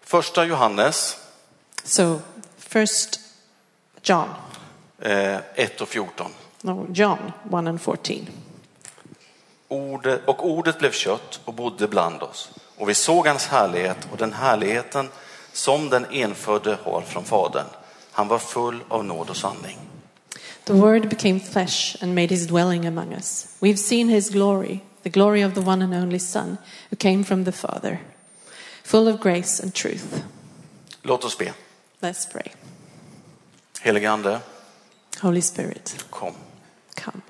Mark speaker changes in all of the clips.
Speaker 1: Första Johannes
Speaker 2: So, First John,
Speaker 1: eh, 1 och 14.
Speaker 2: no, John 1 and 14.
Speaker 1: Ordet, och ordet blev kött och bodde bland oss. Och vi såg hans härlighet och den härligheten som den enfödde har från Fadern. Han var full av nåd och sanning.
Speaker 2: The Word became flesh and made his dwelling among us. We've seen his glory, the glory of the one and only Son, who came from the Father, full of grace and truth.
Speaker 1: Låt oss be.
Speaker 2: Let's pray.
Speaker 1: Helige Ande,
Speaker 2: Holy Spirit,
Speaker 1: kom.
Speaker 2: come,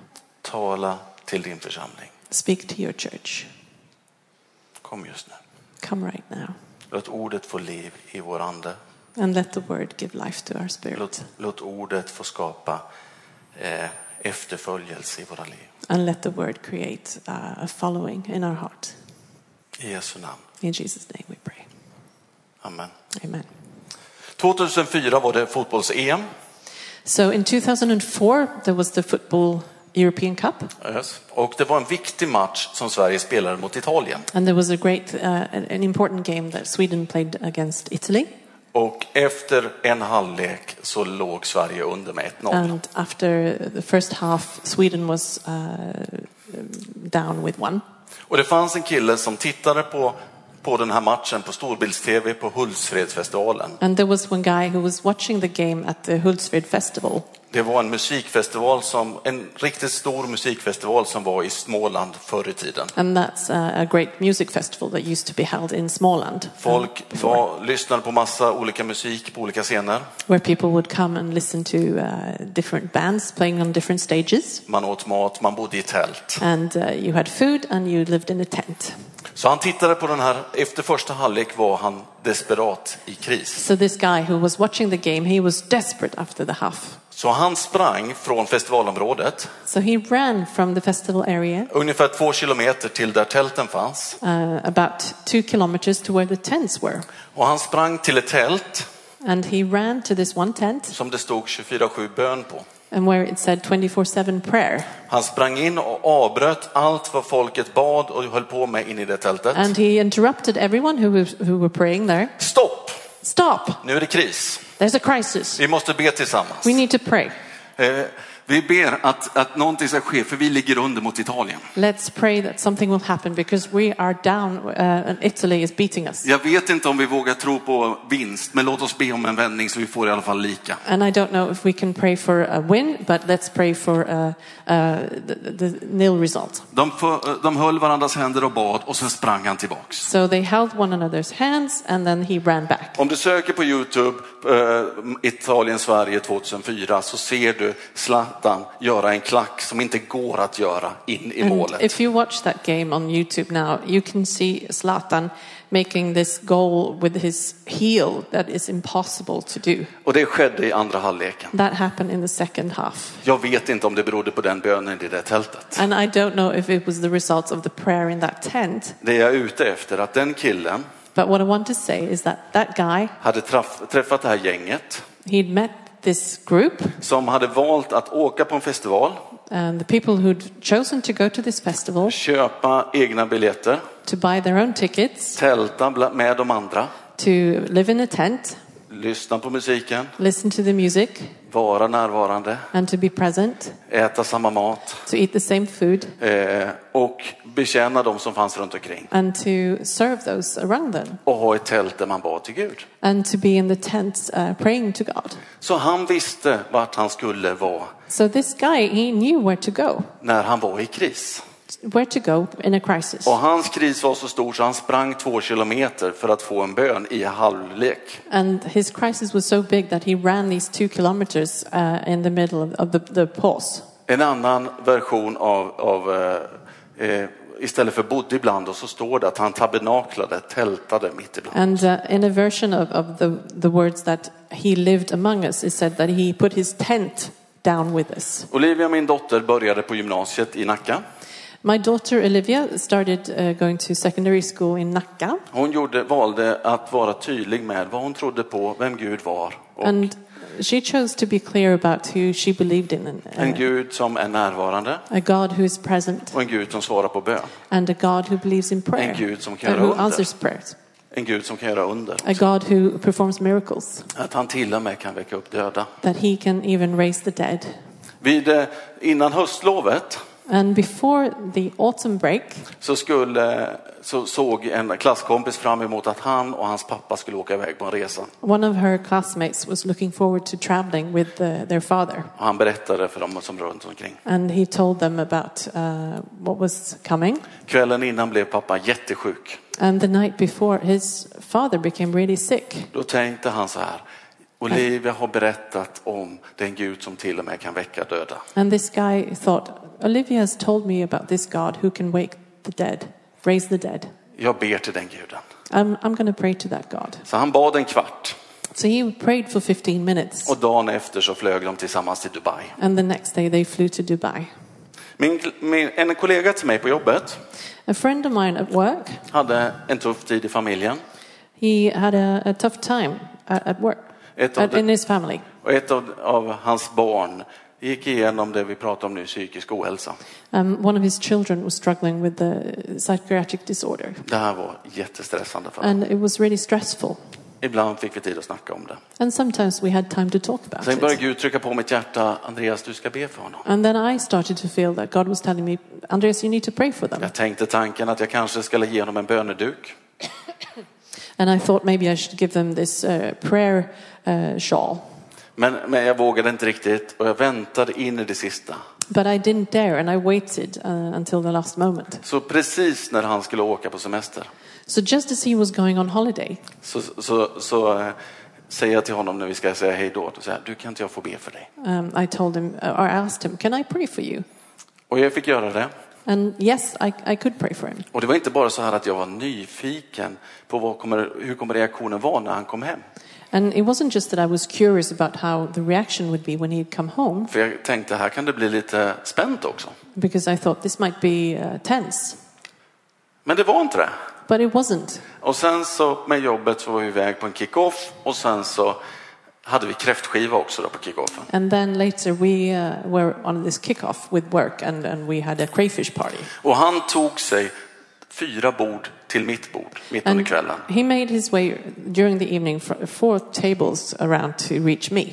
Speaker 1: Tala till din församling.
Speaker 2: speak to your church.
Speaker 1: Kom just nu.
Speaker 2: Come right now,
Speaker 1: Låt ordet få liv i vår ande.
Speaker 2: and let the Word give life to our
Speaker 1: Låt,
Speaker 2: spirit,
Speaker 1: låt ordet få skapa eh, efterföljelse i våra liv.
Speaker 2: and let the Word create uh, a following in our heart.
Speaker 1: I Jesu namn.
Speaker 2: In Jesus' name we pray.
Speaker 1: Amen.
Speaker 2: Amen.
Speaker 1: 2004 var det fotbolls-EM.
Speaker 2: So in 2004, there was the Football European Cup,
Speaker 1: Yes. Och det var en viktig match som Sverige spelade mot Italien.
Speaker 2: and there was a great, uh, an an important game that Sweden played against Italy.
Speaker 1: Och efter en halvlek så låg Sverige under med 1-0.
Speaker 2: And after the first half, Sweden was uh, down with one.
Speaker 1: Och det fanns en kille som tittade på, på den här matchen på storbilds-tv på Hultsfredsfestivalen.
Speaker 2: And there was one guy who was watching the game at the Hultsfred Festival.
Speaker 1: Det var en musikfestival som, en riktigt stor musikfestival som var i Småland förr i tiden.
Speaker 2: And that's uh, a great music festival that used to be held in Småland, uh,
Speaker 1: Folk var, lyssnade på massa olika musik på olika scener.
Speaker 2: where people would come and listen to uh, different bands playing on different stages.
Speaker 1: Man åt mat, man bodde i tält.
Speaker 2: And uh, you had food and you lived in a tent.
Speaker 1: Så han tittade på den här, efter första halvlek var han desperat i kris.
Speaker 2: So this guy who was watching the game, he was desperate after the half.
Speaker 1: Så han sprang från festivalområdet,
Speaker 2: So he ran from the festival area
Speaker 1: ungefär två kilometer till där tälten fanns.
Speaker 2: uh, about two kilometers to where the tents were.
Speaker 1: Och han sprang till ett tält
Speaker 2: And he ran to this one tent
Speaker 1: som det stod 24-7 bön på.
Speaker 2: and where it said 24 7 prayer.
Speaker 1: Han sprang in och avbröt allt vad folket bad och höll på med in i det tältet.
Speaker 2: And he interrupted everyone who, was, who were praying there.
Speaker 1: Stopp!
Speaker 2: Stop!
Speaker 1: Nu är det kris.
Speaker 2: There's a crisis.
Speaker 1: Vi måste be tillsammans.
Speaker 2: We need to pray.
Speaker 1: Eh, Vi ber att, att någonting ska ske, för vi ligger under mot Italien.
Speaker 2: Let's pray that something will happen because we are down uh, and Italy is beating us.
Speaker 1: Jag vet inte om vi vågar tro på vinst, men låt oss be om en vändning så vi får i alla fall lika.
Speaker 2: And I don't know if we can pray for a win, but let's pray for uh, uh, the, the nil result.
Speaker 1: De, för, de höll varandras händer och bad och sen sprang han tillbaks.
Speaker 2: So they held one another's hands and then he ran back.
Speaker 1: Om du söker på Youtube, eh, Italien-Sverige 2004, så ser du Zlatan göra en klack som inte går att göra in i
Speaker 2: And
Speaker 1: målet.
Speaker 2: if you watch that game on YouTube now, you can see Zlatan making this goal with his heel that is impossible to do.
Speaker 1: Och det skedde i andra halvleken.
Speaker 2: That happened in the second half.
Speaker 1: Jag vet inte om det berodde på den bönen i det tältet.
Speaker 2: And I don't know if it was the result of the prayer in that tent,
Speaker 1: Det jag är ute efter är att den killen
Speaker 2: but what I want to say is that that guy,
Speaker 1: hade traff, träffat det här gänget
Speaker 2: he'd met this group,
Speaker 1: som hade valt att åka på en festival,
Speaker 2: and the people who'd chosen to go to this festival
Speaker 1: köpa egna biljetter,
Speaker 2: to buy their own tickets,
Speaker 1: tälta bla- med de andra,
Speaker 2: to live in a tent,
Speaker 1: lyssna på musiken,
Speaker 2: listen to the music,
Speaker 1: vara närvarande,
Speaker 2: and to be present,
Speaker 1: äta samma mat,
Speaker 2: to eat the same food,
Speaker 1: Eh, och betjäna de som fanns runt omkring
Speaker 2: and to serve those around them,
Speaker 1: och ha ett tält där man bad till Gud.
Speaker 2: and to be in the tent uh, praying to God.
Speaker 1: Så han visste vart han skulle vara
Speaker 2: So this guy, he knew where to go,
Speaker 1: när han var i kris.
Speaker 2: where to go in a crisis.
Speaker 1: Och hans kris var så stor så han sprang två kilometer för att få en bön i halvlek.
Speaker 2: And his crisis was so big that he ran these two kilometers uh, in the middle of, of the, the pause.
Speaker 1: En annan version av, av eh, eh, istället för bodde ibland och så står det att han tabernaklade, tältade mitt ibland.
Speaker 2: And uh, in a version of, of the, the words that he lived among us, it said that he put his tent down with us.
Speaker 1: Olivia, min dotter, började på gymnasiet i Nacka.
Speaker 2: My daughter Olivia started uh, going to secondary school in Nacka.
Speaker 1: Hon gjorde, valde att vara tydlig med vad hon trodde på, vem Gud var och
Speaker 2: And she chose to be clear about who she believed in and,
Speaker 1: En
Speaker 2: uh,
Speaker 1: Gud som är närvarande
Speaker 2: a God who is present
Speaker 1: och en Gud som svarar på bön.
Speaker 2: and a God who believes in prayer
Speaker 1: En Gud som kan
Speaker 2: and
Speaker 1: göra
Speaker 2: who
Speaker 1: under.
Speaker 2: answers prayers.
Speaker 1: En Gud som kan göra under.
Speaker 2: a God who performs miracles,
Speaker 1: Att han till och med kan väcka upp döda.
Speaker 2: that he can even raise the dead.
Speaker 1: Vid, eh, innan höstlovet
Speaker 2: And before the autumn break,
Speaker 1: så, skulle, så såg en klasskompis fram emot att han och hans pappa skulle åka iväg på en resa.
Speaker 2: one of her classmates was looking forward to traveling with uh their father.
Speaker 1: Och han berättade för dem som runt omkring.
Speaker 2: And he told them about uh, what was coming.
Speaker 1: Kvällen innan blev pappa jättesjuk.
Speaker 2: And the night before, his father became really sick.
Speaker 1: Då tänkte han så här. Olivia har berättat om den Gud som till och med kan väcka döda.
Speaker 2: And this guy thought, Olivia has told me about this God who can wake the dead, raise the dead.
Speaker 1: Jag ber till den guden.
Speaker 2: I'm, I'm going to pray to that God.
Speaker 1: Så han bad en kvart
Speaker 2: So he prayed for 15 minutes.
Speaker 1: och dagen efter så flög de tillsammans till Dubai.
Speaker 2: And the next day they flew to Dubai.
Speaker 1: Min, min, en kollega till mig på jobbet
Speaker 2: A friend of mine at work,
Speaker 1: hade en tuff tid i familjen.
Speaker 2: he had a, a tough time at, at work,
Speaker 1: Ett av,
Speaker 2: at, in
Speaker 1: de,
Speaker 2: his family.
Speaker 1: och ett av, av hans barn gick igenom det vi pratade om nu, psykisk ohälsa.
Speaker 2: Um, one of his children was struggling with the psychiatric disorder.
Speaker 1: Det här var jättestressande för honom.
Speaker 2: And it was really stressful.
Speaker 1: Ibland fick vi tid att snacka om det.
Speaker 2: And sometimes we had time to talk about
Speaker 1: Sen började
Speaker 2: it.
Speaker 1: Gud trycka på mitt hjärta, Andreas du ska be för honom.
Speaker 2: And then I started to feel that God was telling me, Andreas, you need to pray for them.
Speaker 1: Jag tänkte tanken att jag kanske skulle ge honom en böneduk.
Speaker 2: And I thought maybe I should give them this uh, prayer uh, shawl.
Speaker 1: Men, men jag vågade inte riktigt och jag väntade in i det sista.
Speaker 2: But I didn't dare and I waited uh, until the last moment.
Speaker 1: Så precis när han skulle åka på semester
Speaker 2: So just as he was going on holiday,
Speaker 1: så, så, så eh, säger jag till honom när vi ska säga hej då, då säger jag, du kan inte jag få be för dig?
Speaker 2: um, I told him, or asked him, can I pray for you?
Speaker 1: Och jag fick göra det.
Speaker 2: And yes, I, I could pray for him.
Speaker 1: Och det var inte bara så här att jag var nyfiken på vad kommer, hur kommer reaktionen vara när han kom hem.
Speaker 2: And it wasn't just that I was curious about how the reaction would be when he'd come home,
Speaker 1: För jag tänkte här kan det bli lite spänt också.
Speaker 2: because I thought this might be uh, tense.
Speaker 1: Men det var inte det.
Speaker 2: But it wasn't.
Speaker 1: Och sen så med jobbet så var vi iväg på en kick-off och sen så hade vi kräftskiva också då på kick-offen.
Speaker 2: And then later we uh, were on this kickoff with work and, and we had a crayfish party.
Speaker 1: Och han tog sig fyra bord till mitt bord mitt under
Speaker 2: And
Speaker 1: kvällen.
Speaker 2: he made his way during the evening fr- four tables around to reach me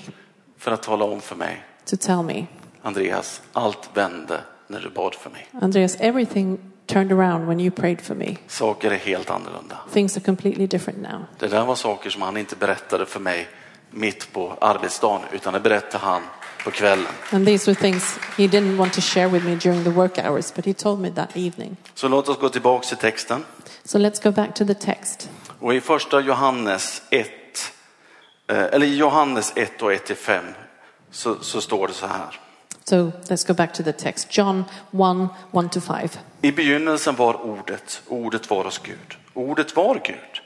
Speaker 1: För att tala om för mig,
Speaker 2: to tell me,
Speaker 1: Andreas, allt vände när du bad för mig.
Speaker 2: Andreas, everything turned around when you prayed for me.
Speaker 1: Saker är helt annorlunda.
Speaker 2: Things are completely different now.
Speaker 1: Det där var saker som han inte berättade för mig mitt på arbetsdagen, utan det berättade han på kvällen.
Speaker 2: And these were things he didn't want to share with me during the work hours, but he told me that evening.
Speaker 1: Så låt oss gå tillbaka till texten.
Speaker 2: So let's go back to the text.
Speaker 1: Och i första Johannes 1, eh, eller i Johannes 1 och 1 till 5, så, så står det så här.
Speaker 2: So let's go back to the text. John 1 1 to 5.
Speaker 1: I begynnelsen var ordet, ordet var hos Gud. Ordet var Gud.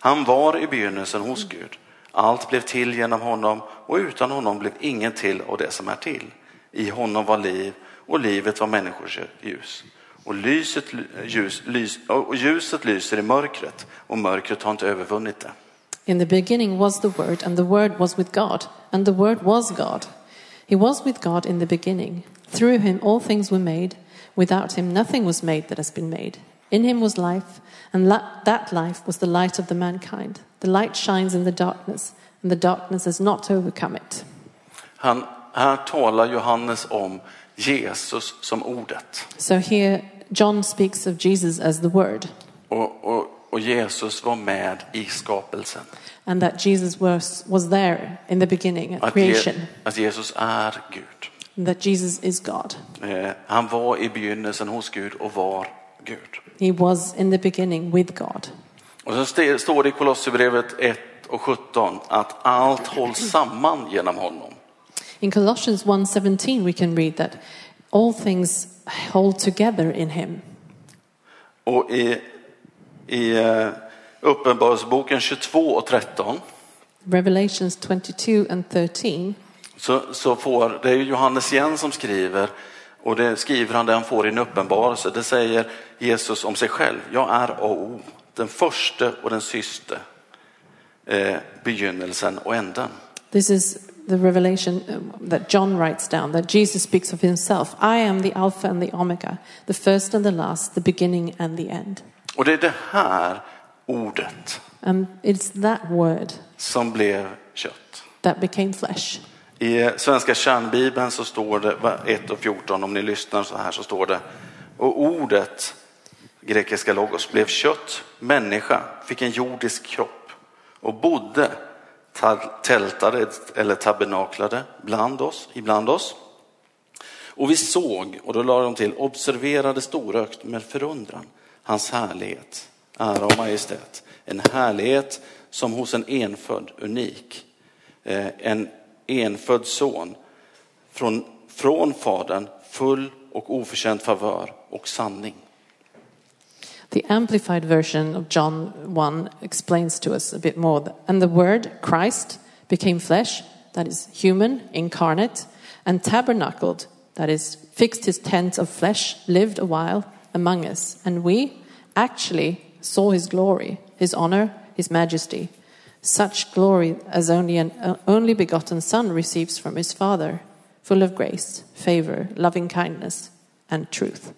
Speaker 1: Han var i begynnelsen hos Gud. Allt blev till genom honom och utan honom blev inget till av det som är till. I honom var liv och livet var människors ljus. Och, lyset, ly- ljus, lys, och ljuset lyser i mörkret och mörkret har inte övervunnit det.
Speaker 2: In the beginning was the Word, and the Word was with God, and the Word was God. He was with God in the beginning. Through him all things were made. Without him nothing was made that has been made. In him was life, and la- that life was the light of the mankind. The light shines in the darkness, and the darkness has not overcome it.
Speaker 1: Han, här talar Johannes om Jesus som ordet.
Speaker 2: So here John speaks of Jesus as the Word,
Speaker 1: Och, och, och Jesus var med i skapelsen.
Speaker 2: and that Jesus was, was there in the beginning at
Speaker 1: Att, Je-
Speaker 2: creation,
Speaker 1: att Jesus är Gud.
Speaker 2: and that Jesus is God.
Speaker 1: Eh, han var i begynnelsen hos Gud och var Gud.
Speaker 2: He was in the beginning with God.
Speaker 1: Och så st- står det i Kolosserbrevet 1 och 17 att allt hålls samman genom honom.
Speaker 2: In Colossians 1:17 we can read that all things hold together in him.
Speaker 1: Och i, i eh, Uppenbarelseboken 22 och 13
Speaker 2: Revelations 22 and 13
Speaker 1: så, så får, det är ju Johannes igen som skriver, och det skriver han det han får i en uppenbarelse. Det säger Jesus om sig själv, jag är A och O, den förste och den syste, eh, begynnelsen och änden.
Speaker 2: this is the revelation um, that John writes down that Jesus speaks of himself, I am the alpha and the omega, the first and the last, the beginning and the end.
Speaker 1: Och det är det här ordet
Speaker 2: And it's that word
Speaker 1: som blev kött.
Speaker 2: that became flesh.
Speaker 1: I eh, Svenska kärnbibeln så står det, va, 1 och 14, om ni lyssnar så här så står det, och ordet, grekiska logos, blev kött, människa, fick en jordisk kropp och bodde, ta- tältade eller tabernaklade bland oss, ibland oss. Och vi såg, och då lade de till, observerade storögt med förundran hans härlighet, ära och majestät. En härlighet som hos en enfödd, unik, eh, en enfödd son från, från fadern, full och oförtjänt favör och sanning.
Speaker 2: The amplified version of John 1 explains to us a bit more. th- And the word Christ became flesh, that is human, incarnate, and tabernacled, that is fixed his tent of flesh, lived a while among us. And we actually saw his glory, his honor, his majesty, such glory as only an uh, only begotten Son receives from his Father, full of grace, favor, loving kindness, and truth.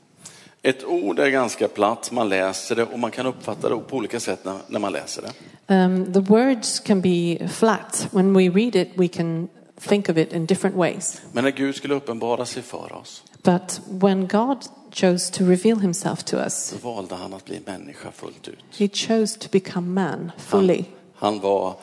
Speaker 1: Ett ord är ganska platt, man läser det och man kan uppfatta det på olika sätt när, när man läser det.
Speaker 2: Um, the words can be flat. When we read it, we can think of it in different ways.
Speaker 1: Men när Gud skulle uppenbara sig för oss,
Speaker 2: But when God chose to reveal himself to us,
Speaker 1: så valde han att bli människa fullt ut.
Speaker 2: he chose to become man
Speaker 1: Han,
Speaker 2: fully.
Speaker 1: han, var,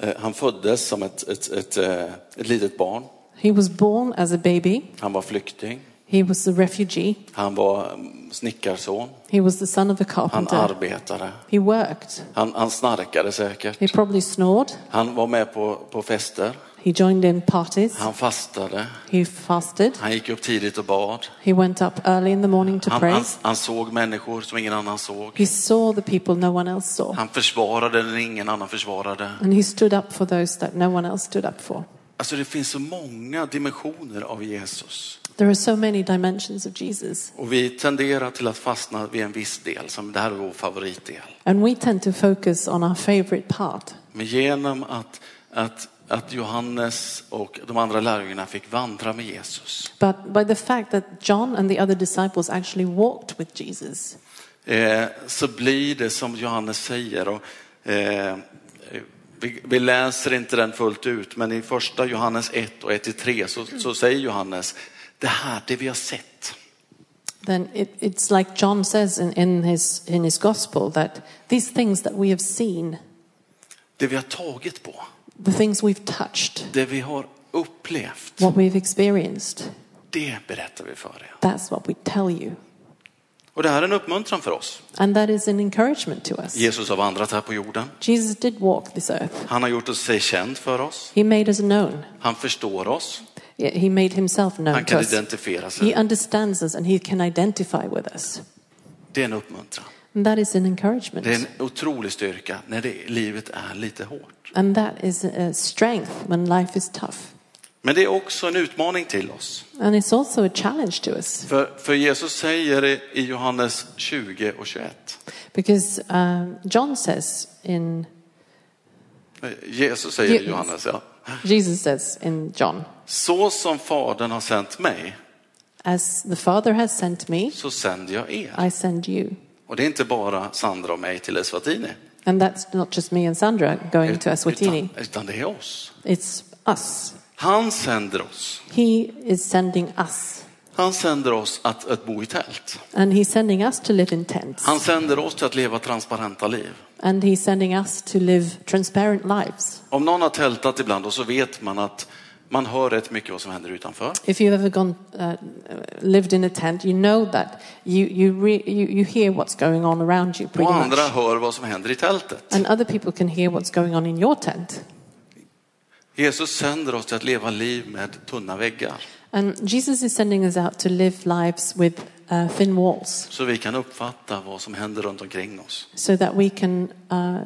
Speaker 1: eh, han föddes som ett, ett, ett, eh, ett litet barn.
Speaker 2: He was born as a baby,
Speaker 1: Han var flykting.
Speaker 2: he was a refugee,
Speaker 1: Han var mm, snickarson.
Speaker 2: he was the son of a
Speaker 1: Han
Speaker 2: carpenter.
Speaker 1: arbetade.
Speaker 2: He worked,
Speaker 1: Han, han snarkade säkert.
Speaker 2: he probably snored,
Speaker 1: Han var med på, på fester.
Speaker 2: he joined in parties,
Speaker 1: Han fastade.
Speaker 2: he fasted,
Speaker 1: Han gick upp tidigt och bad.
Speaker 2: he went up early in the morning to
Speaker 1: Han, han,
Speaker 2: pray.
Speaker 1: han såg människor som ingen annan såg.
Speaker 2: He saw the people no one else saw,
Speaker 1: Han försvarade när ingen annan försvarade.
Speaker 2: and he stood up for those that no one else stood up for.
Speaker 1: Alltså det finns så många dimensioner av Jesus.
Speaker 2: There are so many dimensions of Jesus,
Speaker 1: Och vi tenderar till att fastna vid en viss del, som det här är vår favoritdel.
Speaker 2: and we tend to focus on our favorite part.
Speaker 1: Men genom att, att, att Johannes och de andra lärjungarna fick vandra med Jesus
Speaker 2: But by the fact that John and the other disciples actually walked with Jesus,
Speaker 1: eh, så blir det som Johannes säger. Och, eh, vi, vi läser inte den fullt ut, men i första Johannes 1 och 1-3 så, så säger Johannes det här, det vi har sett.
Speaker 2: then it, it's like John says in, in, his, in his gospel that these things that we have seen,
Speaker 1: Det vi har tagit på,
Speaker 2: the things we've touched,
Speaker 1: det vi har upplevt,
Speaker 2: what we've experienced,
Speaker 1: det berättar vi för er.
Speaker 2: that's what we tell you.
Speaker 1: Och det här är en uppmuntran för oss.
Speaker 2: And that is an encouragement to us.
Speaker 1: Jesus har vandrat här på jorden.
Speaker 2: Jesus did walk this earth,
Speaker 1: Han har gjort sig känd för oss.
Speaker 2: he made us known,
Speaker 1: Han förstår oss.
Speaker 2: he made himself known
Speaker 1: Han
Speaker 2: to
Speaker 1: kan
Speaker 2: us.
Speaker 1: identifiera
Speaker 2: He
Speaker 1: sig.
Speaker 2: understands us and he can identify with us.
Speaker 1: Det är en uppmuntran.
Speaker 2: And that is an encouragement.
Speaker 1: Det är en otrolig styrka när det, livet är lite hårt.
Speaker 2: And that is a strength when life is tough.
Speaker 1: Men det är också en utmaning till oss.
Speaker 2: And it's also a challenge to us
Speaker 1: För, för Jesus säger i i Johannes 20 och 21.
Speaker 2: because um, John says in,
Speaker 1: Eh, Jesus säger
Speaker 2: Yes.
Speaker 1: Johannes, ja.
Speaker 2: Jesus says in John,
Speaker 1: Så som Fadern har sänt mig,
Speaker 2: as the Father has sent me,
Speaker 1: så sänder jag er.
Speaker 2: I send you.
Speaker 1: Och det är inte bara Sandra och mig till Eswatini.
Speaker 2: And that's not just me and Sandra going to
Speaker 1: Utan,
Speaker 2: Eswatini,
Speaker 1: utan det är oss.
Speaker 2: it's us.
Speaker 1: Han sänder oss.
Speaker 2: He is sending us.
Speaker 1: Han sänder oss att, att bo i tält.
Speaker 2: And he's sending us to live in tents.
Speaker 1: Han sänder oss till att leva transparenta liv.
Speaker 2: And he's sending us to live transparent lives.
Speaker 1: Om någon har tältat ibland och så vet man att man hör rätt mycket vad som händer utanför.
Speaker 2: If you've ever gone uh, lived in a tent, you know that you you, re, you you hear what's going on around you pretty
Speaker 1: Och andra
Speaker 2: much,
Speaker 1: hör vad som händer i tältet.
Speaker 2: and other people can hear what's going on in your tent.
Speaker 1: Jesus sänder oss till att leva liv med tunna väggar.
Speaker 2: And Jesus is sending us out to live lives with uh, thin walls,
Speaker 1: Så vi kan uppfatta vad som händer runt omkring oss.
Speaker 2: so that we can uh,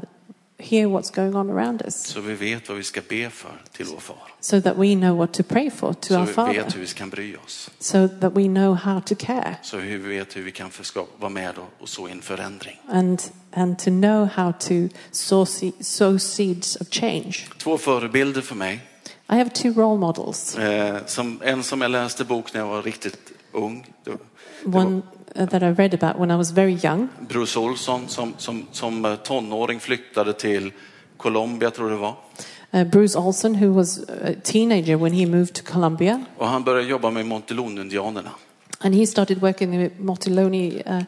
Speaker 2: hear what's going on around us,
Speaker 1: Så vi vet vad vi ska be för till vår far.
Speaker 2: so that we know what to pray for to
Speaker 1: Så
Speaker 2: our
Speaker 1: vi
Speaker 2: Father,
Speaker 1: vet hur vi kan bry oss.
Speaker 2: so that we know how to care
Speaker 1: Så vi vet hur vi kan förskapa, vara med och- och så in förändring.
Speaker 2: and and to know how to sow, se- sow seeds of change.
Speaker 1: Två förebilder för mig.
Speaker 2: I have two role models.
Speaker 1: Eh, som, en som jag läste bok när jag var riktigt ung. Det var- det var
Speaker 2: one uh, that I read about when I was very young.
Speaker 1: Bruce Olsson som, som, som eh, tonåring flyttade till Colombia, tror jag det var.
Speaker 2: Uh, Bruce Olson, who was a teenager when he moved to Colombia,
Speaker 1: Och han började jobba med Montelon-indianerna.
Speaker 2: and he started working with Motiloni uh,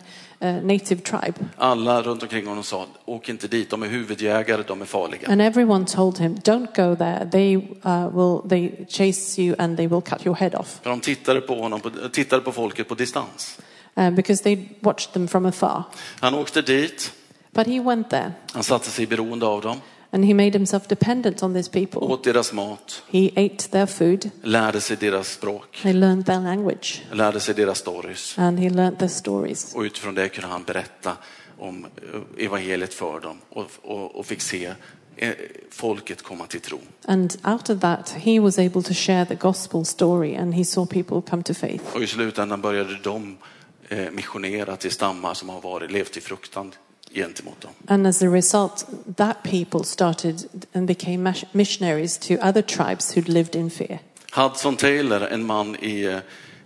Speaker 2: uh, native tribe.
Speaker 1: Alla runt omkring honom sa, åk inte dit, de är huvudjägare, de är farliga.
Speaker 2: And everyone told him, "Don't go there. They uh, will. They chase you, and they will cut your head off."
Speaker 1: För de tittade på, honom, på- tittade på folket på distans.
Speaker 2: Uh, because they watched them from afar.
Speaker 1: Han åkte dit,
Speaker 2: But he went there,
Speaker 1: han satte sig i beroende av dem,
Speaker 2: and he made himself dependent on these people.
Speaker 1: åt deras mat,
Speaker 2: He ate their food.
Speaker 1: lärde sig deras språk,
Speaker 2: He learned their language,
Speaker 1: lärde sig deras stories.
Speaker 2: and he learned their stories.
Speaker 1: Och utifrån det kunde han berätta om eh, evangeliet för dem och, och, och fick se eh, folket komma till tro.
Speaker 2: And out of that, he was able to share the gospel story, and he saw people come to faith.
Speaker 1: Och i slutändan började de eh, missionera till stammar som har varit, levt i fruktan gentemot dem.
Speaker 2: And as a result, that people started and became mas- missionaries to other tribes who'd lived in fear.
Speaker 1: Hudson Taylor, en man i, eh,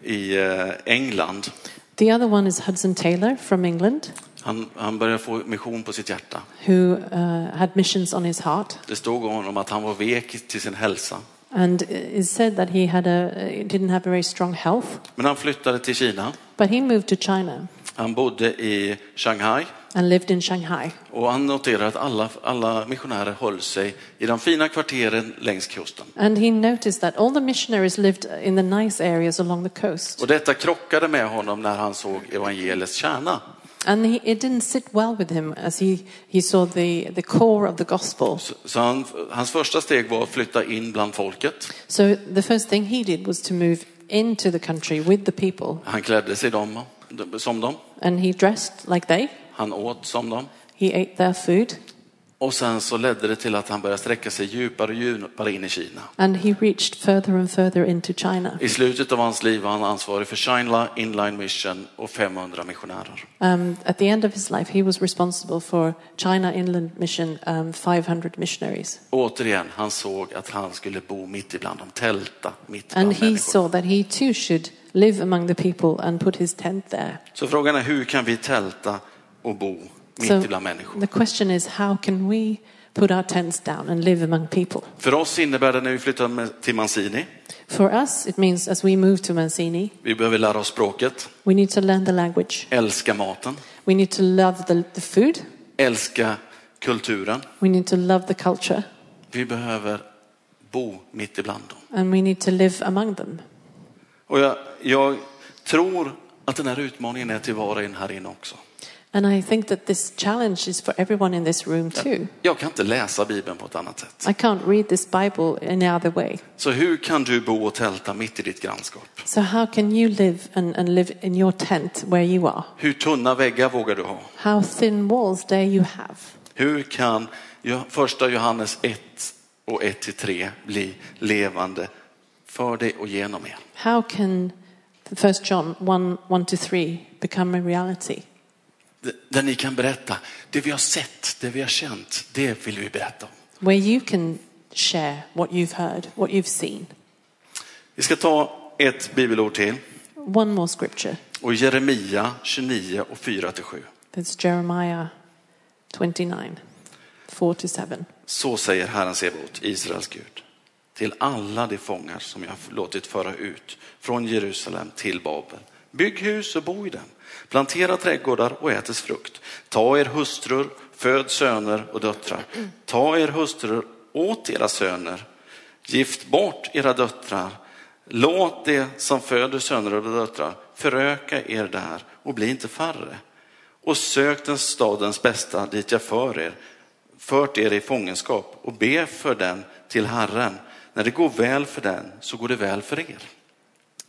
Speaker 1: i eh, England,
Speaker 2: The other one is Hudson Taylor from England,
Speaker 1: han, han började få mission på sitt hjärta.
Speaker 2: who uh, had missions on his heart.
Speaker 1: Det stod om honom att han var vek till sin hälsa.
Speaker 2: And it's said that he had a, didn't have very strong health.
Speaker 1: Men han flyttade till Kina.
Speaker 2: But he moved to China
Speaker 1: Han bodde i Shanghai
Speaker 2: and lived in Shanghai.
Speaker 1: och han noterade att alla, alla missionärer höll sig i de fina kvarteren längs kusten.
Speaker 2: And he noticed that all the missionaries lived in the nice areas along the coast.
Speaker 1: Och detta krockade med honom när han såg evangeliets kärna.
Speaker 2: And he, it didn't sit well with him as he, he saw the, the core of the gospel.
Speaker 1: Så- Så han, hans första steg var att flytta in bland folket.
Speaker 2: So the first thing he did was to move into the country with the people,
Speaker 1: Han klädde sig dem, som dem,
Speaker 2: and he dressed like they.
Speaker 1: han åt som dem.
Speaker 2: He ate their food,
Speaker 1: Och sen så ledde det till att han började sträcka sig djupare och djupare in i Kina.
Speaker 2: and he reached further and further into China.
Speaker 1: I slutet av hans liv var han ansvarig för China Inline Mission och 500 missionärer.
Speaker 2: Um, at the end of his life, he was responsible for China Inland Mission, um, 500 missionaries,
Speaker 1: Och återigen, han såg att han skulle bo mitt ibland dem, tälta mitt bland
Speaker 2: and he
Speaker 1: människor.
Speaker 2: saw that he too should live among the people and put his tent there.
Speaker 1: Så frågan är hur kan vi tälta och bo mitt
Speaker 2: So
Speaker 1: ibland människor?
Speaker 2: the question is, how can we put our tents down and live among people?
Speaker 1: För oss innebär det när vi flyttar med- till Mancini,
Speaker 2: For us, it means as we move to Mancini,
Speaker 1: vi behöver lära oss språket,
Speaker 2: we need to learn the language.
Speaker 1: älska maten,
Speaker 2: We need to love the, the food.
Speaker 1: älska kulturen.
Speaker 2: We need to love the culture.
Speaker 1: Vi behöver bo mitt ibland dem.
Speaker 2: And we need to live among them.
Speaker 1: Och jag, jag tror att den här utmaningen är till var och en här inne också.
Speaker 2: And I think that this challenge is for everyone in this room too.
Speaker 1: Jag kan inte läsa Bibeln på ett annat sätt.
Speaker 2: I can't read this Bible any other way.
Speaker 1: Så hur kan du bo och tälta mitt i ditt grannskap?
Speaker 2: So, how can you live and, and live in your tent where you are?
Speaker 1: Hur tunna väggar vågar du ha?
Speaker 2: How thin walls dare you have?
Speaker 1: Hur kan Jo- första Johannes 1 och 1-3 bli levande för dig och genom er?
Speaker 2: How can 1 John 1 1 to 3 become a reality?
Speaker 1: D- Där ni kan berätta, det vi har sett, det vi har känt, det vill vi berätta om.
Speaker 2: Where you can share what you've heard, what you've seen.
Speaker 1: Vi ska ta ett bibelord till.
Speaker 2: One more scripture.
Speaker 1: Och Jeremia 29 och 4-7.
Speaker 2: That's Jeremiah 29, 4 to 7.
Speaker 1: Så säger Herren Sebaot, Israels Gud, till alla de fångar som jag har låtit föra ut från Jerusalem till Babel. Bygg hus och bo i dem, plantera trädgårdar och ät dess frukt. Ta er hustrur, föd söner och döttrar. Ta er hustrur åt era söner, gift bort era döttrar. Låt de som föder söner och döttrar föröka er där och bli inte färre. Och sök den stadens bästa dit jag för er, fört er i fångenskap och be för den till Herren. När det går väl för den så går det väl för er.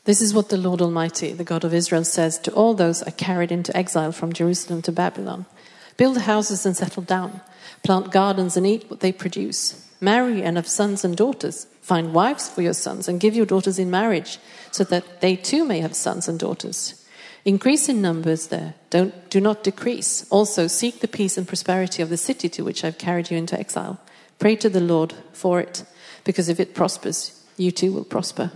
Speaker 2: This is what the Lord Almighty, the God of Israel, says to all those are carried into exile from Jerusalem to Babylon Build houses and settle down, plant gardens and eat what they produce, marry and have sons and daughters, find wives for your sons and give your daughters in marriage, so that they too may have sons and daughters. Increase in numbers there, don't, do not decrease. Also, seek the peace and prosperity of the city to which I've carried you into exile. Pray to the Lord for it, because if it prospers, you too will prosper.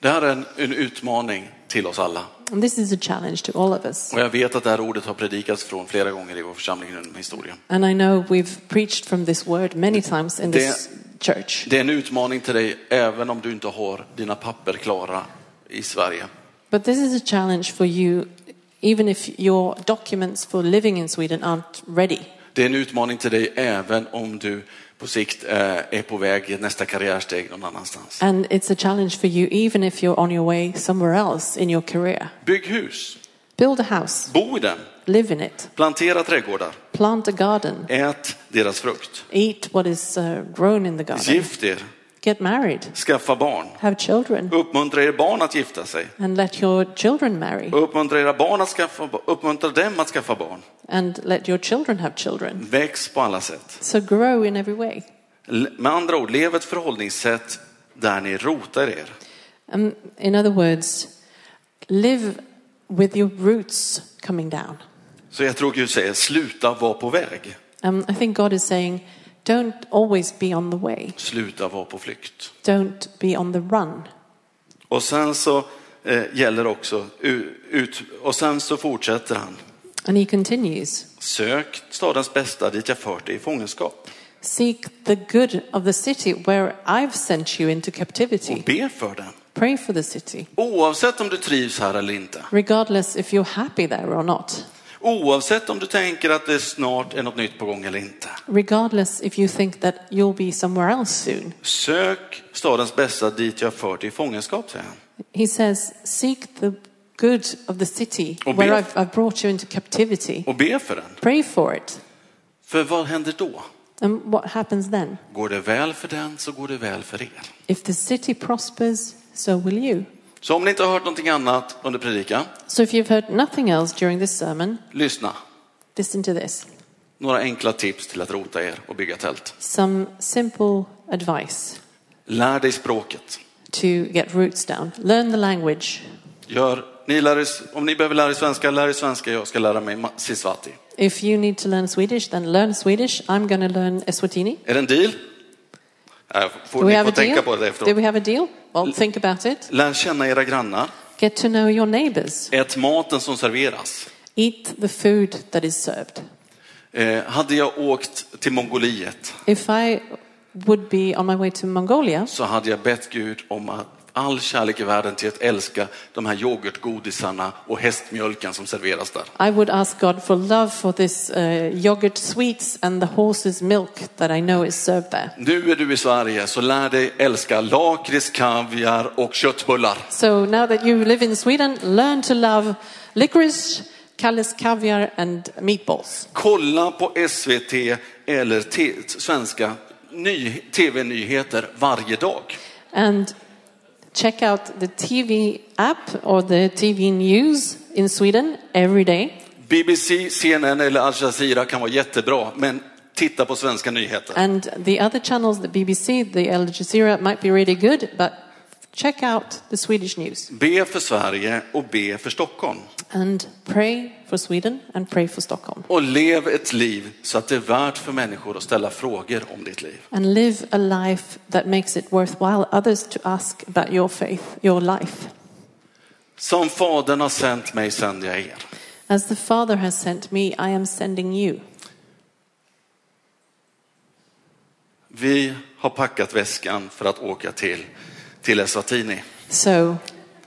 Speaker 1: Det här är en, en utmaning till oss alla.
Speaker 2: And this is a challenge to all of us.
Speaker 1: Och jag vet att det här ordet har predikats från flera gånger i vår församling genom historien.
Speaker 2: And I know we've preached from this word many times in this church.
Speaker 1: Det är en utmaning till dig även om du inte har dina papper klara i Sverige.
Speaker 2: But this is a challenge for you, even if your documents for living in Sweden aren't ready.
Speaker 1: Det är en utmaning till dig även om du på sikt eh, är på väg i nästa karriärsteg någon annanstans.
Speaker 2: And it's a challenge for you, even if you're on your way somewhere else in your career.
Speaker 1: Bygg hus,
Speaker 2: Build a house,
Speaker 1: bo i den,
Speaker 2: live in it,
Speaker 1: plantera trädgårdar,
Speaker 2: plant a garden,
Speaker 1: ät deras frukt,
Speaker 2: eat what is uh, grown in the garden,
Speaker 1: gift er,
Speaker 2: get married,
Speaker 1: skaffa barn,
Speaker 2: have children,
Speaker 1: uppmuntra er barn att gifta sig,
Speaker 2: and let your children marry,
Speaker 1: uppmuntra era barn att skaffa, ba- uppmuntra dem att skaffa barn.
Speaker 2: and let your children have children.
Speaker 1: Väx på alla sätt.
Speaker 2: So grow in every way.
Speaker 1: L- Med andra ord, lev ett förhållningssätt där ni rotar er.
Speaker 2: Um, in other words, live with your roots coming down.
Speaker 1: Så jag tror Gud säger, sluta vara på väg.
Speaker 2: Um, I think God is saying, don't always be on the way,
Speaker 1: Sluta vara på flykt.
Speaker 2: don't be on the run.
Speaker 1: Och sen så eh, gäller också, u- ut, och sen så fortsätter han.
Speaker 2: And he continues,
Speaker 1: Sök stadens bästa dit jag fört dig i fångenskap.
Speaker 2: seek the good of the city where I've sent you into
Speaker 1: Och
Speaker 2: captivity.
Speaker 1: be för den.
Speaker 2: Pray for the city,
Speaker 1: Oavsett om du trivs här eller inte.
Speaker 2: regardless if you're happy there or not,
Speaker 1: Oavsett om du tänker att det snart är något nytt på gång eller inte.
Speaker 2: regardless if you think that you'll be somewhere else soon.
Speaker 1: Sök stadens bästa dit jag fört dig i fångenskap, säger han.
Speaker 2: He says, seek the good of the city
Speaker 1: Och be-
Speaker 2: where I've, I've brought you into captivity.
Speaker 1: Och be för den.
Speaker 2: Pray for it.
Speaker 1: För vad händer då?
Speaker 2: And what happens then?
Speaker 1: Går det väl för den så går det väl för er.
Speaker 2: If the city prospers, so will you.
Speaker 1: Så om ni inte har hört någonting annat under predikan,
Speaker 2: So if you've heard nothing else during this sermon,
Speaker 1: lyssna.
Speaker 2: listen to this.
Speaker 1: Några enkla tips till att rota er och bygga tält.
Speaker 2: Some simple advice
Speaker 1: Lär dig språket.
Speaker 2: to get roots down. Learn the language.
Speaker 1: Gör, ni lär er, om ni behöver lära er svenska, lär er svenska. Jag ska lära mig ma- sisvati.
Speaker 2: If you need to learn Swedish, then learn Swedish. I'm going to learn Eswatini.
Speaker 1: Är det en deal? Äh, Får,
Speaker 2: Do we
Speaker 1: ni får
Speaker 2: have a
Speaker 1: tänka på
Speaker 2: deal?
Speaker 1: det
Speaker 2: Do
Speaker 1: efteråt.
Speaker 2: we have a deal? Well, think about it.
Speaker 1: Lär känna era grannar.
Speaker 2: Get to know your neighbors.
Speaker 1: Ät maten som serveras.
Speaker 2: Eat the food that is served.
Speaker 1: Eh, hade jag åkt till Mongoliet
Speaker 2: If I would be on my way to Mongolia,
Speaker 1: så hade jag bett Gud om att all kärlek i världen till att älska de här yoghurtgodisarna och hästmjölken som serveras där.
Speaker 2: I would ask God for love for this uh, yogurt sweets and the horse's milk that I know is served there.
Speaker 1: Nu är du i Sverige, så lär dig älska lakrits, kaviar och köttbullar.
Speaker 2: So now that you live in Sweden, learn to love licorice, Kalles caviar, and meatballs.
Speaker 1: Kolla på SVT eller t- svenska ny- tv-nyheter varje dag.
Speaker 2: And check out the TV app or the TV news in Sweden every day.
Speaker 1: BBC, CNN eller Al Jazeera kan vara jättebra, men titta på svenska nyheter.
Speaker 2: And the other channels, the BBC, the Al Jazeera, might be really good, but check out the Swedish news.
Speaker 1: Be för Sverige och be för Stockholm.
Speaker 2: And pray for Sweden and pray for Stockholm.
Speaker 1: Och lev ett liv så att det är värt för människor att ställa frågor om ditt liv.
Speaker 2: and live a life that makes it worthwhile others to ask about your faith, your life.
Speaker 1: Som Fadern har sänt mig sänder jag er.
Speaker 2: As the Father has sent me, I am sending you.
Speaker 1: Vi har packat väskan för att åka till, till Eswatini.
Speaker 2: So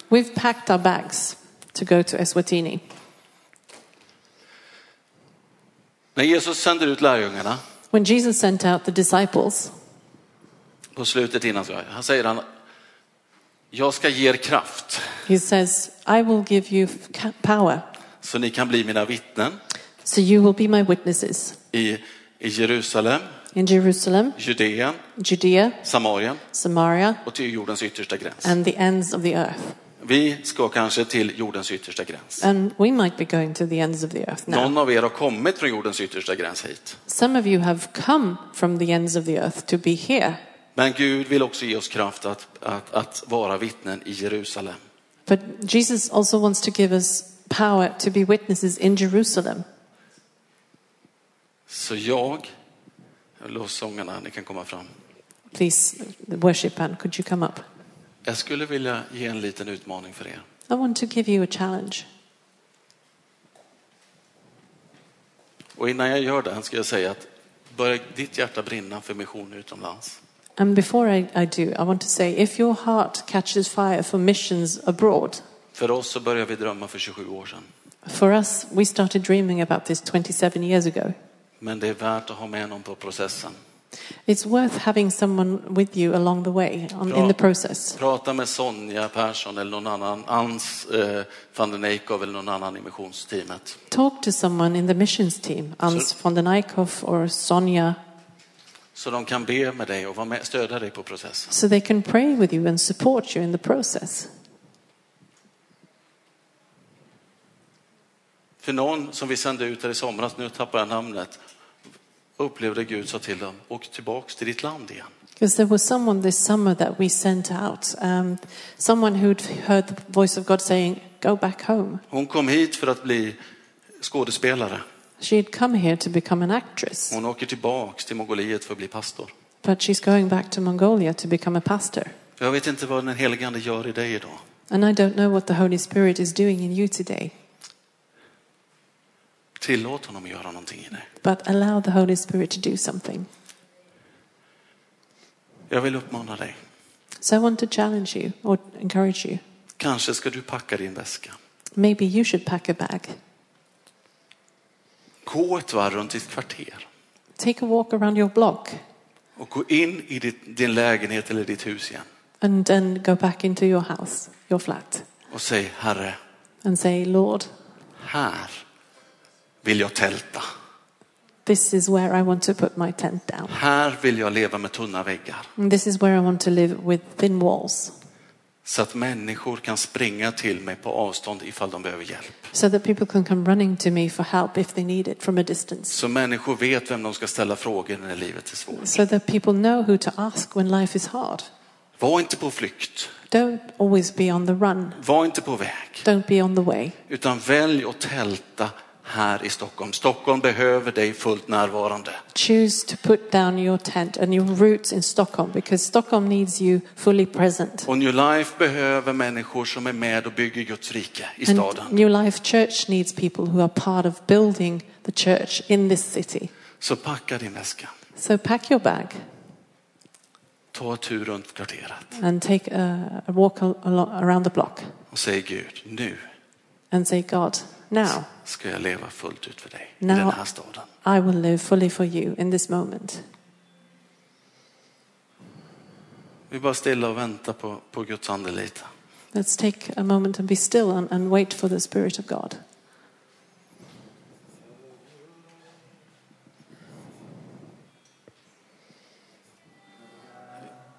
Speaker 2: we've packed our bags to go to Eswatini.
Speaker 1: När Jesus sänder ut lärjungarna,
Speaker 2: When Jesus sent out the disciples,
Speaker 1: på slutet innan, så han säger han, jag ska ge er kraft
Speaker 2: he says, I will give you ca- power,
Speaker 1: så ni kan bli mina vittnen
Speaker 2: so you will be my witnesses
Speaker 1: i, i Jerusalem,
Speaker 2: in Jerusalem,
Speaker 1: Judeen,
Speaker 2: Judea,
Speaker 1: Samarien
Speaker 2: Samaria,
Speaker 1: och till jordens yttersta gräns.
Speaker 2: and the ends of the earth.
Speaker 1: Vi ska kanske till jordens yttersta gräns.
Speaker 2: And we might be going to the ends of the earth now.
Speaker 1: Någon av er har kommit från jordens yttersta gräns hit.
Speaker 2: Some of you have come from the ends of the earth to be here
Speaker 1: Men Gud vill också ge oss kraft att, att, att vara vittnen i Jerusalem.
Speaker 2: But Jesus also wants to give us power to be witnesses in Jerusalem.
Speaker 1: Så jag, lovsångarna, ni kan komma fram.
Speaker 2: Please, the worship band, could you come up?
Speaker 1: Jag skulle vilja ge en liten utmaning för er.
Speaker 2: I want to give you a challenge.
Speaker 1: Och innan jag gör den ska jag säga att börjar ditt hjärta brinna för mission utomlands?
Speaker 2: And before I, I do, I want to say if your heart catches fire for missions abroad,
Speaker 1: För oss så började vi drömma för 27 år sedan.
Speaker 2: for us, we started dreaming about this 27 years ago.
Speaker 1: Men det är värt att ha med någon på processen.
Speaker 2: It's worth having someone with you along the way on, in the process.
Speaker 1: Prata med Sonja Persson eller någon annan, Ans eh, van den Eekhoff eller någon annan i missionsteamet.
Speaker 2: Talk to someone in the missions team, Hans von den Eyckhoff or Sonia,
Speaker 1: Så de kan be med dig och vara med, stödja dig på processen.
Speaker 2: so they can pray with you and support you in the process.
Speaker 1: För någon som vi sände ut här i somras, nu tappar jag namnet, upplevde Gud sa till dem, åk tillbaks till ditt land igen.
Speaker 2: Because there was someone this summer that we sent out, um, someone who'd heard the voice of God saying, Go back home.
Speaker 1: Hon kom hit för att bli skådespelare.
Speaker 2: She had come here to become an actress,
Speaker 1: Hon åker tillbaks till Mongoliet för att bli pastor.
Speaker 2: but she's going back to Mongolia to become a pastor.
Speaker 1: För jag vet inte vad den helige Ande gör i dig idag.
Speaker 2: And I don't know what the Holy Spirit is doing in you today,
Speaker 1: Tillåt honom att göra någonting i dig.
Speaker 2: but allow the Holy Spirit to do something.
Speaker 1: Jag vill uppmana dig.
Speaker 2: So I want to challenge you or encourage you.
Speaker 1: Kanske ska du packa din väska.
Speaker 2: Maybe you should pack a bag.
Speaker 1: Gå ett varv runt ditt kvarter
Speaker 2: Take a walk around your block
Speaker 1: och gå in i ditt, din lägenhet eller ditt hus igen
Speaker 2: and then go back into your house, your flat,
Speaker 1: och säg Herre,
Speaker 2: and say, Lord,
Speaker 1: här vill jag tälta.
Speaker 2: this is where I want to put my tent down.
Speaker 1: Här vill jag leva med tunna väggar
Speaker 2: And This is where I want to live with thin walls
Speaker 1: så att människor kan springa till mig på avstånd ifall de behöver hjälp.
Speaker 2: so that people can come running to me for help if they need it from a distance.
Speaker 1: Så människor vet vem de ska ställa frågor när livet är svårt.
Speaker 2: So that people know who to ask when life is hard.
Speaker 1: Var inte på flykt,
Speaker 2: Don't always be on the run.
Speaker 1: var inte på väg,
Speaker 2: Don't be on the way.
Speaker 1: utan välj att tälta här i Stockholm. Stockholm behöver dig fullt närvarande.
Speaker 2: Choose to put down your tent and your roots in Stockholm because Stockholm needs you fully present.
Speaker 1: Och New Life behöver människor som är med och bygger Guds rike i
Speaker 2: And
Speaker 1: staden.
Speaker 2: New Life Church needs people who are part of building the church in this city.
Speaker 1: Så packa din väska,
Speaker 2: So pack your bag
Speaker 1: ta en tur runt kvarteret
Speaker 2: and take a, a walk al- alo- around the block
Speaker 1: och säg Gud, nu
Speaker 2: and say, God, now
Speaker 1: ska jag leva fullt ut för dig i
Speaker 2: Now-
Speaker 1: den här staden.
Speaker 2: I will live fully for you in this moment.
Speaker 1: Vi bara stilla och vänta på, på Guds ande lite.
Speaker 2: Let's take a moment and be still and, and wait for the Spirit of God.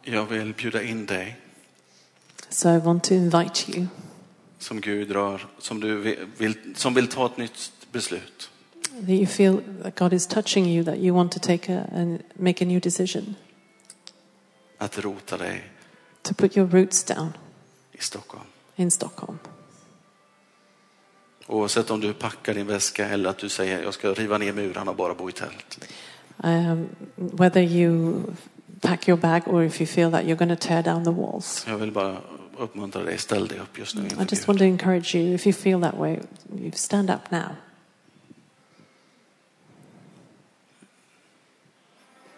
Speaker 1: Jag vill bjuda in dig
Speaker 2: So I want to invite you,
Speaker 1: som Gud rör, som, du vi- vill, som vill ta ett nytt beslut.
Speaker 2: that you feel that God is touching you, that you want to take a, and make a new decision,
Speaker 1: Att rota dig
Speaker 2: to put your roots down
Speaker 1: i Stockholm.
Speaker 2: in Stockholm.
Speaker 1: Oavsett om du packar din väska eller att du säger jag ska riva ner murarna och bara bo i tält.
Speaker 2: Um, whether you pack your bag or if you feel that you're going to tear down the walls.
Speaker 1: Jag vill bara uppmuntra dig, ställ dig upp just nu
Speaker 2: Mm, I
Speaker 1: inför
Speaker 2: just
Speaker 1: Gud.
Speaker 2: want to encourage you, if you feel that way, you stand up now.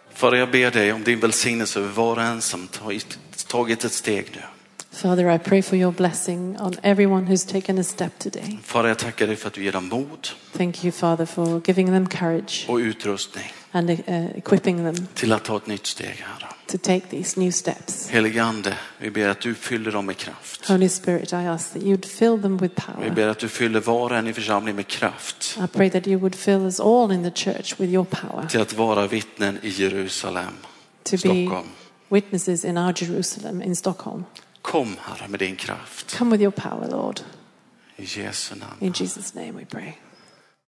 Speaker 1: Fader, jag ber dig om din välsignelse över var och en som tagit- tagit ett steg nu.
Speaker 2: Father, I pray for your blessing on everyone who's taken a step today.
Speaker 1: Fader, jag tackar dig för att du ger dem mod
Speaker 2: Thank you, Father, for giving them courage
Speaker 1: och utrustning
Speaker 2: and uh, equipping them
Speaker 1: till att ta ett nytt steg, Herre.
Speaker 2: to take these new steps.
Speaker 1: Helige Ande, vi ber att du fyller dem med kraft.
Speaker 2: Holy Spirit, I ask that you'd fill them with
Speaker 1: Vi
Speaker 2: power.
Speaker 1: ber att du fyller var och en i församlingen med kraft
Speaker 2: I pray that you would fill us all in the church with your power
Speaker 1: till att vara vittnen i Jerusalem,
Speaker 2: to be
Speaker 1: Stockholm.
Speaker 2: witnesses in our Jerusalem, in Stockholm.
Speaker 1: Kom, Herre, med din kraft.
Speaker 2: Come with your power, Lord.
Speaker 1: I Jesu namn.
Speaker 2: In Jesus' name we pray.